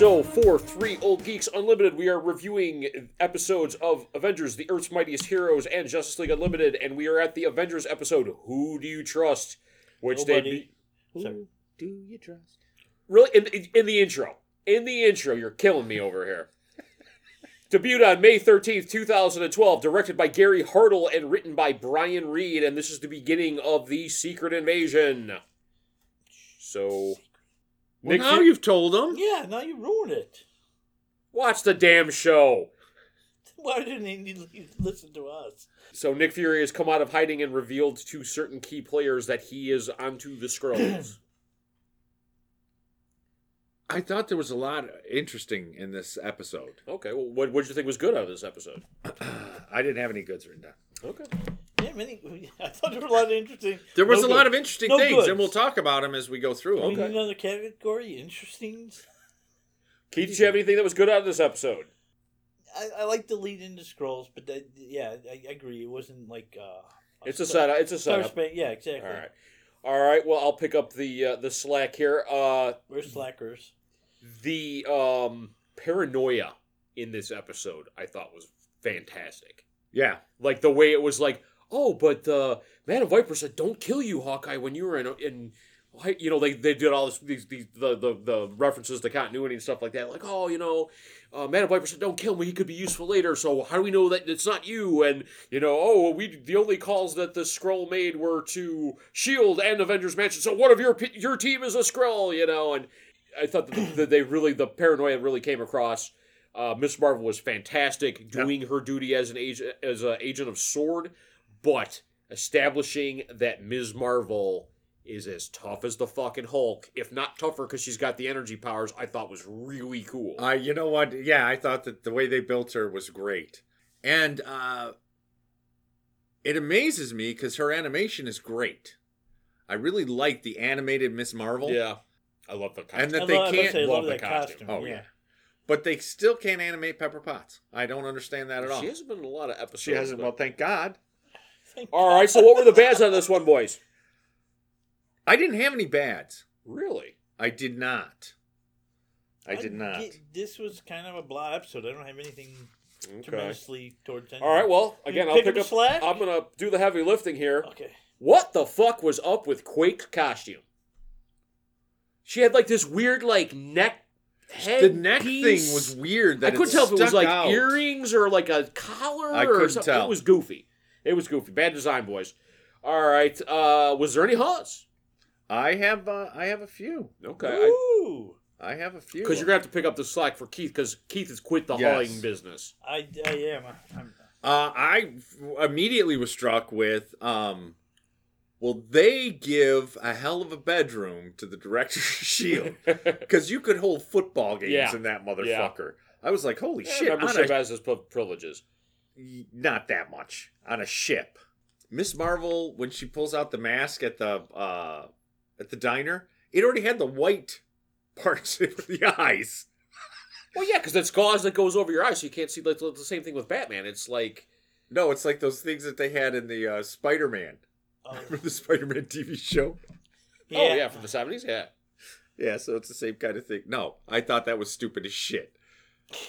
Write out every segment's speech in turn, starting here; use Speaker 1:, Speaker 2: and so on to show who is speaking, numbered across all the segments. Speaker 1: No, for three old geeks unlimited, we are reviewing episodes of Avengers: The Earth's Mightiest Heroes and Justice League Unlimited, and we are at the Avengers episode. Who do you trust? Which they
Speaker 2: Nobody. Sorry.
Speaker 3: Who do you trust?
Speaker 1: really in, in- in the intro. In the intro, you're killing me over here. Debuted on May 13th, 2012, directed by Gary Hartle and written by Brian Reed, and this is the beginning of the Secret Invasion. So,
Speaker 3: Well,
Speaker 1: Nick,
Speaker 3: now
Speaker 1: you-
Speaker 3: you've told them.
Speaker 2: Yeah, now you ruined it.
Speaker 1: watch the damn show.
Speaker 2: Why didn't he listen to us?
Speaker 1: So Nick Fury has come out of hiding and revealed to certain key players that he is onto the scrolls.
Speaker 3: I thought there was a lot interesting in this episode.
Speaker 1: okay, well, what what did you think was good out of this episode?
Speaker 3: I didn't have any goods written down.
Speaker 1: Okay,
Speaker 2: Yeah, many. I thought there were a lot of interesting.
Speaker 3: There was
Speaker 2: No
Speaker 3: a
Speaker 2: good.
Speaker 3: lot of interesting
Speaker 2: No
Speaker 3: things,
Speaker 2: goods.
Speaker 3: and we'll talk about them as we go through
Speaker 2: We
Speaker 3: them.
Speaker 2: need Another category, interesting.
Speaker 1: Keith, did you have anything that was good out of this episode?
Speaker 2: I, I like the lead into scrolls, but that, yeah, I, I agree. It wasn't like uh,
Speaker 1: It's a
Speaker 2: Star-
Speaker 1: setup. It's a
Speaker 2: Star
Speaker 1: setup.
Speaker 2: Span- yeah, exactly.
Speaker 1: All right, all right. Well, I'll pick up the uh, the slack here. Uh,
Speaker 2: We're slackers.
Speaker 1: the um, paranoia in this episode, I thought, was fantastic.
Speaker 3: Yeah,
Speaker 1: Like the way it was like, oh, but uh, Man of Viper said, "Don't kill you, Hawkeye." When you were in, in why- you know, they, they did all this these, these the, the the references to continuity and stuff like that. Like, oh, you know, uh, Man of Viper said, "Don't kill him; he could be useful later." So how do we know that it's not you? And you know, oh, we the only calls that the Skrull made were to Shield E and Avengers Mansion. So one of your pe- your team is a Skrull, you know. And I thought that, that they really the paranoia really came across. Uh, Miss Marvel was fantastic doing her duty as an agent as an agent of Sword, E but establishing that Ms. Marvel is as tough as the fucking Hulk, if not tougher because she's got the energy powers. I thought was really cool.
Speaker 3: Uh, you know what? Yeah, I thought that the way they built her was great, and uh, it amazes me because her animation is great. I really like the animated Miss Marvel.
Speaker 1: yeah, I love the
Speaker 3: And
Speaker 1: concept.
Speaker 3: that
Speaker 2: I
Speaker 3: they
Speaker 2: love- I must
Speaker 3: can't
Speaker 2: say, I
Speaker 1: love
Speaker 2: love
Speaker 1: the
Speaker 2: that
Speaker 1: costume.
Speaker 2: costume.
Speaker 3: Oh yeah.
Speaker 2: yeah.
Speaker 3: But they still can't animate Pepper Potts. I don't understand that at all.
Speaker 1: she hasn't been in a lot of episodes.
Speaker 3: She hasn't.
Speaker 1: but-
Speaker 3: Well, thank God.
Speaker 2: Thank
Speaker 1: All right, so what were the bads on this one, boys?
Speaker 3: I didn't have any bads.
Speaker 1: Really?
Speaker 3: I did not. I did not.
Speaker 2: get- this was kind of a blah episode. I don't have anything
Speaker 1: Okay.
Speaker 2: tremendously towards.
Speaker 1: All right. Well,
Speaker 2: You
Speaker 1: again, I'll
Speaker 2: pick
Speaker 1: pick
Speaker 2: up
Speaker 1: up.
Speaker 2: slack?
Speaker 1: I'm gonna do the heavy lifting here.
Speaker 2: okay.
Speaker 1: What the fuck was up with Quake's costume? She had like this weird like neck head.
Speaker 3: The neck thing was weird. That
Speaker 1: I couldn't tell if it was
Speaker 3: stuck
Speaker 1: like
Speaker 3: out.
Speaker 1: earrings or like a collar
Speaker 3: I
Speaker 1: or
Speaker 3: couldn't
Speaker 1: something.
Speaker 3: tell.
Speaker 1: It was goofy. It was goofy. Bad design, boys. All right. Uh was there any haws?
Speaker 3: I have. Uh, I have a few.
Speaker 1: Okay.
Speaker 2: Ooh,
Speaker 3: I have a few.
Speaker 1: Because you're gonna have to pick up the slack for Keith because Keith has quit the
Speaker 3: Yes.
Speaker 1: hauling business.
Speaker 2: I, I am. I'm,
Speaker 3: Uh, I f- immediately was struck with, um, well, they give a hell of a bedroom to the director of Shield because you could hold football games
Speaker 1: Yeah.
Speaker 3: in that motherfucker. I was like, holy shit, on
Speaker 1: membership
Speaker 3: a-
Speaker 1: has its pri- privileges.
Speaker 3: not that much on a ship. Miss Marvel, when she pulls out the mask at the uh, at the diner, it already had the white parts of the eyes.
Speaker 1: Well, yeah, because that's gauze that goes over your eyes, so you can't see. Like the the same thing with Batman. It's like
Speaker 3: No, it's like those things that they had in the uh, Spider-Man,
Speaker 2: oh,
Speaker 3: remember the Spider-Man TV show.
Speaker 2: yeah.
Speaker 1: oh yeah, from the seventies. Yeah.
Speaker 3: Yeah, so it's the same kind of thing. No, I thought that was stupid as shit.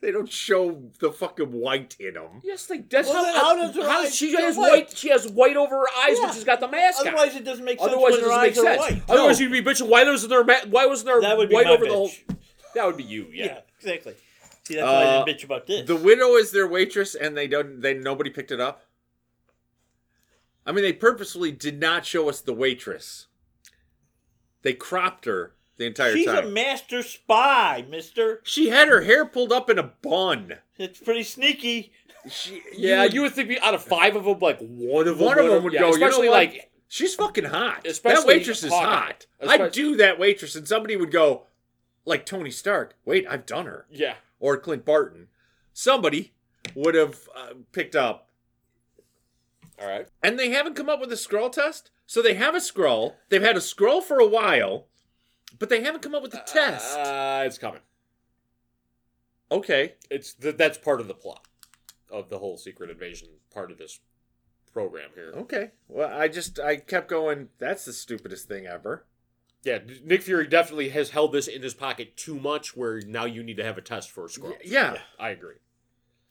Speaker 3: they don't show the fucking white in them.
Speaker 1: Yes, they. That's
Speaker 2: Well, then
Speaker 1: how,
Speaker 2: how does her
Speaker 1: how
Speaker 2: eyes
Speaker 1: does she
Speaker 2: go
Speaker 1: has
Speaker 2: white?
Speaker 1: white? She has white over her eyes
Speaker 2: Yeah.
Speaker 1: when she's got the mask on.
Speaker 2: Otherwise, it doesn't make sense.
Speaker 1: Otherwise,
Speaker 2: when
Speaker 1: it
Speaker 2: her
Speaker 1: doesn't make
Speaker 2: eyes are
Speaker 1: sense.
Speaker 2: white.
Speaker 1: Otherwise, you'd be bitching. Why wasn't there? Ma- why wasn't there
Speaker 2: that would be
Speaker 1: white
Speaker 2: my
Speaker 1: over
Speaker 2: bitch.
Speaker 1: the whole? That would be you.
Speaker 2: yeah.
Speaker 1: Yeah.
Speaker 2: exactly. See, that's why
Speaker 3: Uh,
Speaker 2: I didn't bitch about this.
Speaker 3: The widow is their waitress, and they don't. They nobody picked it up. I mean, they purposely did not show us the waitress. They cropped her the entire
Speaker 2: She's
Speaker 3: time.
Speaker 2: a master spy, Mister.
Speaker 3: she had her hair pulled up in a bun.
Speaker 2: It's pretty sneaky.
Speaker 3: She,
Speaker 1: Yeah,
Speaker 3: would-
Speaker 1: you would think out of five of them, like one of them,
Speaker 3: One of them would
Speaker 1: yeah,
Speaker 3: go.
Speaker 1: especially
Speaker 3: you know what?
Speaker 1: like
Speaker 3: she's fucking hot. that
Speaker 1: Especially
Speaker 3: waitress is
Speaker 1: Hawkeye.
Speaker 3: hot.
Speaker 1: Espe-
Speaker 3: I'd do that waitress, and somebody would go, like Tony Stark. Wait, I've done her,
Speaker 1: yeah.
Speaker 3: or Clint Barton. Somebody would have uh, picked up.
Speaker 1: All right.
Speaker 3: And they haven't come up with a scroll test, so they have a scroll. They've had a scroll for a while, but they haven't come up with the test.
Speaker 1: Uh, it's coming.
Speaker 3: Okay,
Speaker 1: It's th- that's part of the plot of the whole secret invasion part of this program here.
Speaker 3: Oh. okay. Well, I just I kept going. That's the stupidest thing ever.
Speaker 1: Yeah, Nick Fury definitely has held this in his pocket too much. Where now you need to have a test for a scroll.
Speaker 3: Yeah.
Speaker 1: I agree.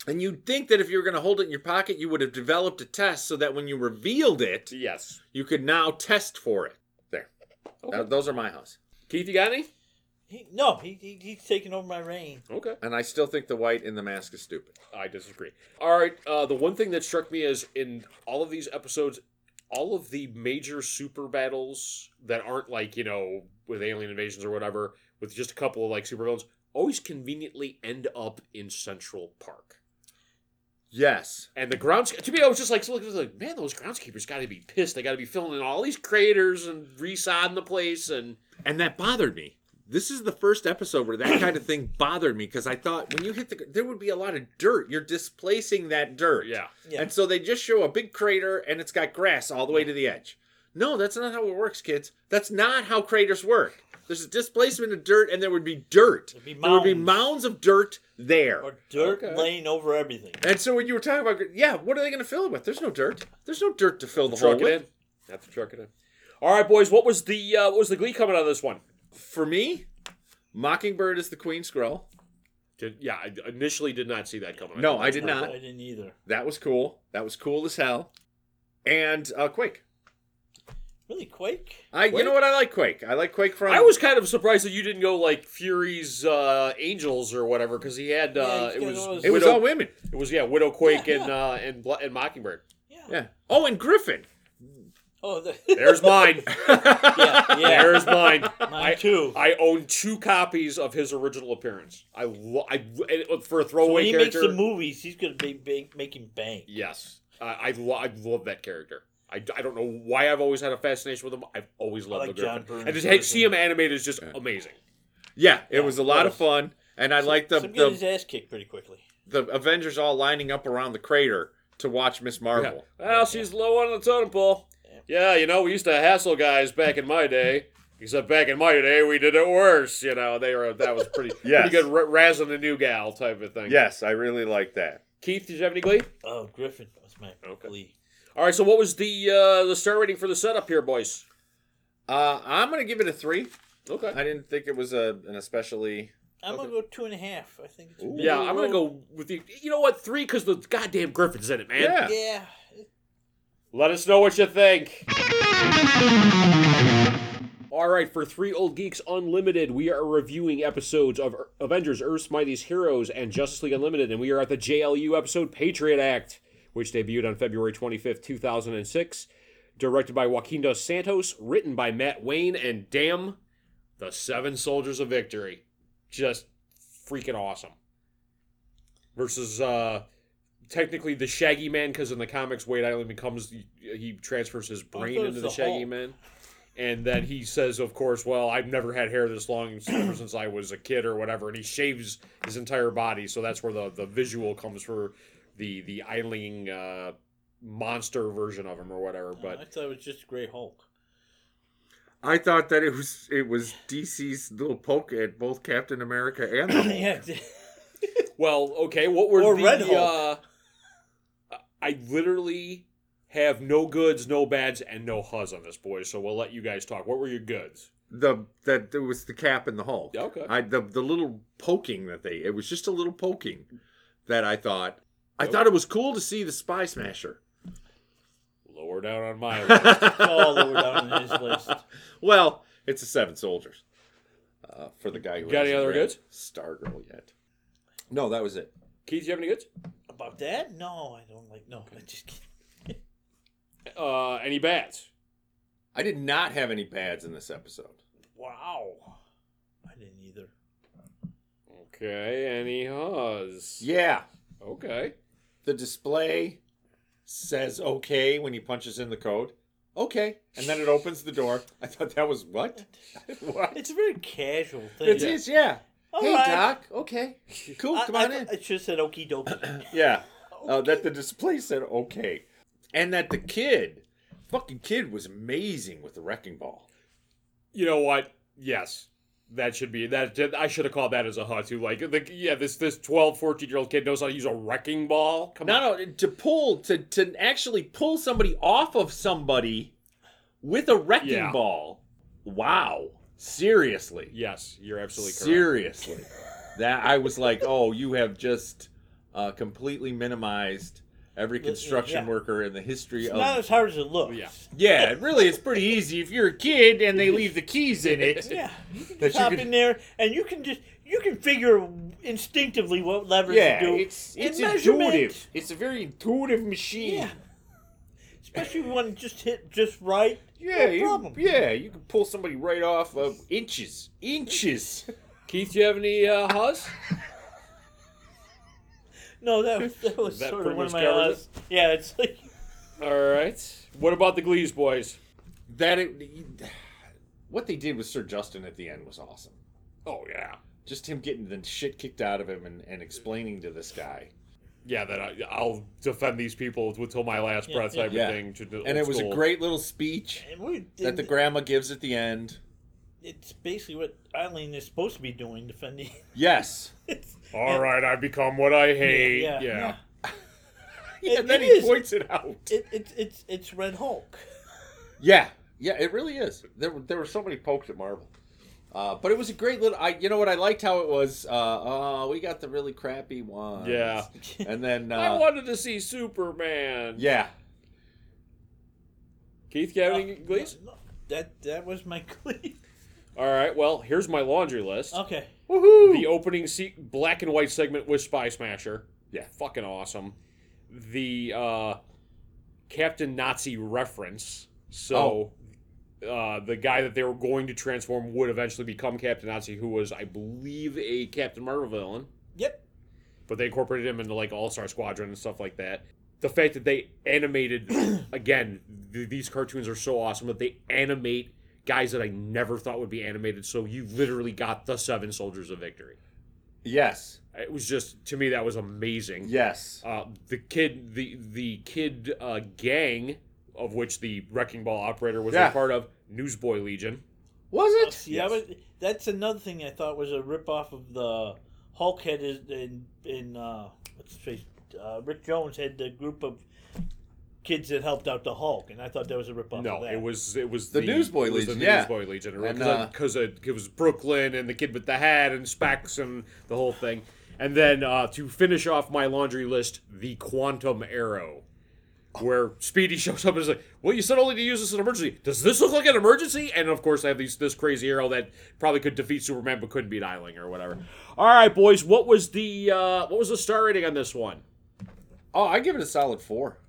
Speaker 3: And you'd think that if you were going to hold it in your pocket, you would have developed a test so that when you revealed it,
Speaker 1: Yes.
Speaker 3: you could now test for it. There.
Speaker 1: Okay.
Speaker 3: Now, those are my house.
Speaker 1: Keith, you got any?
Speaker 2: He, no, he, he he's taking over my reign.
Speaker 1: Okay.
Speaker 3: And I still think the white in the mask is stupid.
Speaker 1: I disagree. All right. Uh, the one thing that struck me is in all of these episodes, all of the major super battles that aren't like you know with alien invasions or whatever, with just a couple of like super villains, always conveniently end up in Central Park.
Speaker 3: Yes.
Speaker 1: And the grounds to me, I was just like, looking at it, like, man, those groundskeepers got to be pissed. They got to be filling in all these craters and resodding the place. And
Speaker 3: And that bothered me. This is the first episode where that kind of thing bothered me because I thought when you hit the, gr- there would be a lot of dirt. You're displacing that dirt.
Speaker 1: yeah,
Speaker 2: Yeah.
Speaker 3: And so they just show a big crater and it's got grass all the way to the edge. No, that's not how it works, kids. That's not how craters work. There's a displacement of dirt and there would be dirt.
Speaker 2: There'd be
Speaker 3: There would be
Speaker 2: mounds.
Speaker 3: mounds of dirt there.
Speaker 2: Or dirt
Speaker 1: Okay.
Speaker 2: laying over everything.
Speaker 3: And so when you were talking about, yeah, what are they going to fill it with? There's no dirt. There's no dirt to fill the hole
Speaker 1: truck it
Speaker 3: with.
Speaker 1: in. Have to truck it in. All right, boys. What was the uh, what was the glee coming out of this one?
Speaker 3: For me, Mockingbird is the queen scroll.
Speaker 1: Did, yeah, I initially did not see that coming.
Speaker 3: No, I
Speaker 1: did.
Speaker 3: did not.
Speaker 2: I didn't either.
Speaker 3: That was cool. That was cool as hell. And uh, Quake.
Speaker 2: Really, Quake?
Speaker 3: I, you
Speaker 1: Quake?
Speaker 3: know what? I like Quake. I like Quake from.
Speaker 1: I was kind of surprised that you didn't go like Fury's uh, Angels or whatever because he had uh,
Speaker 2: Yeah, he's
Speaker 1: it
Speaker 2: got
Speaker 1: was
Speaker 2: all those-
Speaker 3: It was
Speaker 1: Widow-
Speaker 3: all women.
Speaker 1: it was yeah Widow Quake
Speaker 2: Yeah,
Speaker 1: and uh, and Bla- and Mockingbird.
Speaker 2: Yeah.
Speaker 3: Yeah. Oh, and Griffin.
Speaker 2: Oh, the,
Speaker 1: There's mine.
Speaker 2: yeah, yeah.
Speaker 1: There's mine.
Speaker 2: Mine
Speaker 1: I,
Speaker 2: too.
Speaker 1: I own two copies of his original appearance. I, lo- I and uh, for a
Speaker 2: so when
Speaker 1: throwaway
Speaker 2: he
Speaker 1: character.
Speaker 2: makes the movies, he's gonna be, be making bank.
Speaker 1: yes, I I, lo- I love that character. I, I don't know why I've always had a fascination with him. I've always loved
Speaker 2: like
Speaker 1: the
Speaker 2: John
Speaker 1: Griffin.
Speaker 2: Byrne's
Speaker 1: and just hey, see him
Speaker 2: version.
Speaker 1: animated is just amazing.
Speaker 3: Yeah,
Speaker 2: Yeah,
Speaker 3: it was a
Speaker 2: it
Speaker 3: lot of fun. And I like the,
Speaker 2: Some get
Speaker 3: the
Speaker 2: his ass kicked pretty quickly.
Speaker 3: the Avengers all lining up around the crater to watch Miss
Speaker 1: Yeah.
Speaker 3: Marvel.
Speaker 1: Well, she's low on the totem pole. Yeah, you know, we used to hassle guys back in my day. Except back in my day, we did it worse. You know, they were that was pretty
Speaker 3: Yes.
Speaker 1: pretty good r- razzing the new gal type of thing.
Speaker 3: Yes, I really like that.
Speaker 1: Keith, did you have any glee?
Speaker 2: Oh, Griffin was my
Speaker 1: Okay.
Speaker 2: plea.
Speaker 1: All right, so what was the uh, the star rating for the setup here, boys?
Speaker 3: Uh, I'm gonna give it a three.
Speaker 1: Okay.
Speaker 3: I didn't think it was a an especially.
Speaker 2: I'm gonna go two and a half. I think. It's
Speaker 3: Ooh.
Speaker 1: Yeah, I'm gonna go with the. You know what? Three, because the goddamn Griffin's in it, man.
Speaker 3: Yeah.
Speaker 2: Yeah.
Speaker 1: Let us know what you think. All right, for Three Old Geeks Unlimited, we are reviewing episodes of Ear- Avengers, Earth's Mightiest Heroes, and Justice League Unlimited, and we are at the JLU episode Patriot Act, which debuted on February 25th, 2006. Directed by Joaquin Dos Santos, written by Matt Wayne, and damn, the Seven Soldiers of Victory. Just freaking awesome. Versus, uh, technically the Shaggy Man because in the comics Wade Island becomes he transfers his brain
Speaker 2: thought it
Speaker 1: into the,
Speaker 2: was the
Speaker 1: Shaggy
Speaker 2: Hulk.
Speaker 1: Man, and then he says, of course, well I've never had hair this long ever since I was a kid or whatever, and he shaves his entire body, so that's where the the visual comes for the the idling uh, monster version of him or whatever. But
Speaker 2: I thought it was just Gray Hulk.
Speaker 3: I thought that it was it was DC's little poke at both Captain America and
Speaker 2: yeah.
Speaker 1: Well, okay. What were
Speaker 2: Or
Speaker 1: the?
Speaker 2: Red Hulk.
Speaker 1: Uh, I literally have no goods, no bads, and no huzz on this, boys. So we'll let you guys talk. What were your goods?
Speaker 3: the that it was the Cap and the Hulk.
Speaker 1: Okay.
Speaker 3: I the the little poking that they it was just a little poking that I thought I thought it was cool to see the Spy Smasher.
Speaker 1: Lower down on my list.
Speaker 2: all over down in his list.
Speaker 3: Well, it's the Seven Soldiers. Uh, for the guy who
Speaker 1: Got any
Speaker 3: hasn't
Speaker 1: other
Speaker 3: read
Speaker 1: goods?
Speaker 3: Stargirl yet. No, that was it.
Speaker 1: Keith, you have any goods?
Speaker 2: About that? No, I don't like. No, I just. can't.
Speaker 1: Uh, any bads?
Speaker 3: I did not have any bads in this episode.
Speaker 2: Wow. I didn't either.
Speaker 1: Okay. Any huzz?
Speaker 3: Yeah,
Speaker 1: Okay.
Speaker 3: the display says okay when he punches in the code. Okay, and then it opens the door. I thought that was what? what?
Speaker 2: It's a very casual thing.
Speaker 3: It is, yeah.
Speaker 2: All
Speaker 3: hey,
Speaker 2: right.
Speaker 3: Doc. Okay. Cool.
Speaker 2: I-
Speaker 3: Come
Speaker 2: I-
Speaker 3: on in.
Speaker 2: I should have said okie dokie.
Speaker 3: yeah. Uh, that the display said okay, and that the kid, fucking kid, was amazing with the wrecking ball.
Speaker 1: You know what? Yes. That should be that. I should have called that as a hut too. Like, the, yeah, this this 12, 14 year old kid knows how to use a wrecking ball. Come on.
Speaker 3: No, no, to pull to to actually pull somebody off of somebody with a wrecking
Speaker 1: Yeah.
Speaker 3: ball. Wow. Seriously.
Speaker 1: Yes, you're absolutely correct.
Speaker 3: Seriously. that I was like, oh, you have just uh, completely minimized every
Speaker 2: Yeah, yeah,
Speaker 3: construction
Speaker 2: yeah.
Speaker 3: worker in the history
Speaker 2: It's
Speaker 3: of.
Speaker 2: not as hard as it looks.
Speaker 1: Yeah.
Speaker 3: yeah, really, it's pretty easy if you're a kid and they leave the keys in it.
Speaker 2: Yeah, you can
Speaker 3: That you
Speaker 2: just hop
Speaker 3: could-
Speaker 2: in there, and you can just you can figure instinctively what levers
Speaker 3: Yeah,
Speaker 2: to do.
Speaker 3: it's
Speaker 2: in
Speaker 3: it's
Speaker 2: measurement.
Speaker 3: intuitive. It's a very intuitive machine.
Speaker 2: Yeah, especially when it just hit just right.
Speaker 3: Yeah,
Speaker 2: no
Speaker 3: you-
Speaker 2: problem.
Speaker 3: yeah, you can pull somebody right off of inches, inches.
Speaker 1: Keith, do you have any uh, huzz?
Speaker 2: No, that was that was
Speaker 1: That
Speaker 2: sort
Speaker 1: pretty
Speaker 2: of one
Speaker 1: much
Speaker 2: of my
Speaker 1: covers
Speaker 2: last. Yeah, it's like
Speaker 1: All right. What about the Glees boys?
Speaker 3: That it, what they did with Sir Justin at the end was awesome.
Speaker 1: Oh yeah,
Speaker 3: Just him getting the shit kicked out of him and, and explaining to this guy.
Speaker 1: yeah. That I, I'll defend these people until my last
Speaker 2: Yeah,
Speaker 1: breath
Speaker 2: yeah.
Speaker 1: type
Speaker 3: Yeah.
Speaker 1: of thing. To the old
Speaker 3: And it was
Speaker 1: school.
Speaker 3: a great little speech
Speaker 2: and we
Speaker 3: that
Speaker 2: did,
Speaker 3: the grandma gives at the end.
Speaker 2: it's basically what Eileen is supposed to be doing, defending.
Speaker 3: Yes.
Speaker 2: It's,
Speaker 1: All right, I become what I hate.
Speaker 2: Yeah,
Speaker 1: Yeah.
Speaker 2: yeah.
Speaker 3: Yeah,
Speaker 2: It-
Speaker 3: and then
Speaker 2: it
Speaker 3: he
Speaker 2: is.
Speaker 3: points it out.
Speaker 2: it, it's it's it's Red Hulk.
Speaker 3: Yeah, yeah, it really is. There were there were so many pokes at Marvel, uh, but it was a great little. I you know what I liked how it was. Uh, oh, we got the really crappy ones.
Speaker 1: Yeah.
Speaker 3: and then
Speaker 1: I
Speaker 3: uh,
Speaker 1: wanted to see Superman.
Speaker 3: yeah,
Speaker 1: Keith, you have any Glees?
Speaker 2: Uh, No, that that was my glee.
Speaker 1: All right. Well, here's my laundry list.
Speaker 2: Okay.
Speaker 1: The opening se- black and white segment with Spy Smasher.
Speaker 3: Yeah.
Speaker 1: Fucking awesome. The uh, Captain Nazi reference. So uh, the guy that they were going to transform would eventually become Captain Nazi, who was, I believe, a Captain Marvel villain.
Speaker 2: Yep.
Speaker 1: But they incorporated him into like All Star Squadron and stuff like that. The fact that they animated, again, th- these cartoons are so awesome that they animate guys that I never thought would be animated. So you literally got the Seven Soldiers of Victory.
Speaker 3: yes,
Speaker 1: It was just to me that was amazing.
Speaker 3: yes,
Speaker 1: Uh, the kid, the the kid uh, gang of which the Wrecking Ball operator was
Speaker 3: Yeah.
Speaker 1: a part of, Newsboy Legion.
Speaker 3: was
Speaker 2: Oh,
Speaker 3: it?
Speaker 2: see, I was, that's another thing I thought was a ripoff of the Hulk had is in in uh, what's his face? Uh, Rick Jones had the group of kids that helped out the Hulk, and I thought that was a ripoff. of
Speaker 1: No,
Speaker 2: that.
Speaker 1: it was it was
Speaker 3: The Newsboy
Speaker 1: it was
Speaker 3: Legion,
Speaker 1: The
Speaker 3: yeah.
Speaker 1: Newsboy Legion,
Speaker 3: And, uh,
Speaker 1: because it was Brooklyn and the kid with the hat and Specs and the whole thing. And then uh, to finish off my laundry list, the Quantum Arrow, where Speedy shows up and is like, "Well, you said only to use this as an emergency. Does this look like an emergency?" And of course, I have these this crazy arrow that probably could defeat Superman but couldn't beat Eiling or whatever. All right, boys, what was the uh, what was the star rating on this one?
Speaker 3: Oh, I give it a solid four.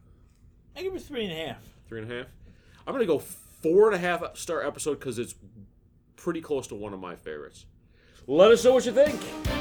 Speaker 2: I give it three and a half.
Speaker 1: Three and a half. I'm gonna go four and a half star episode because it's pretty close to one of my favorites. Let us know what you think.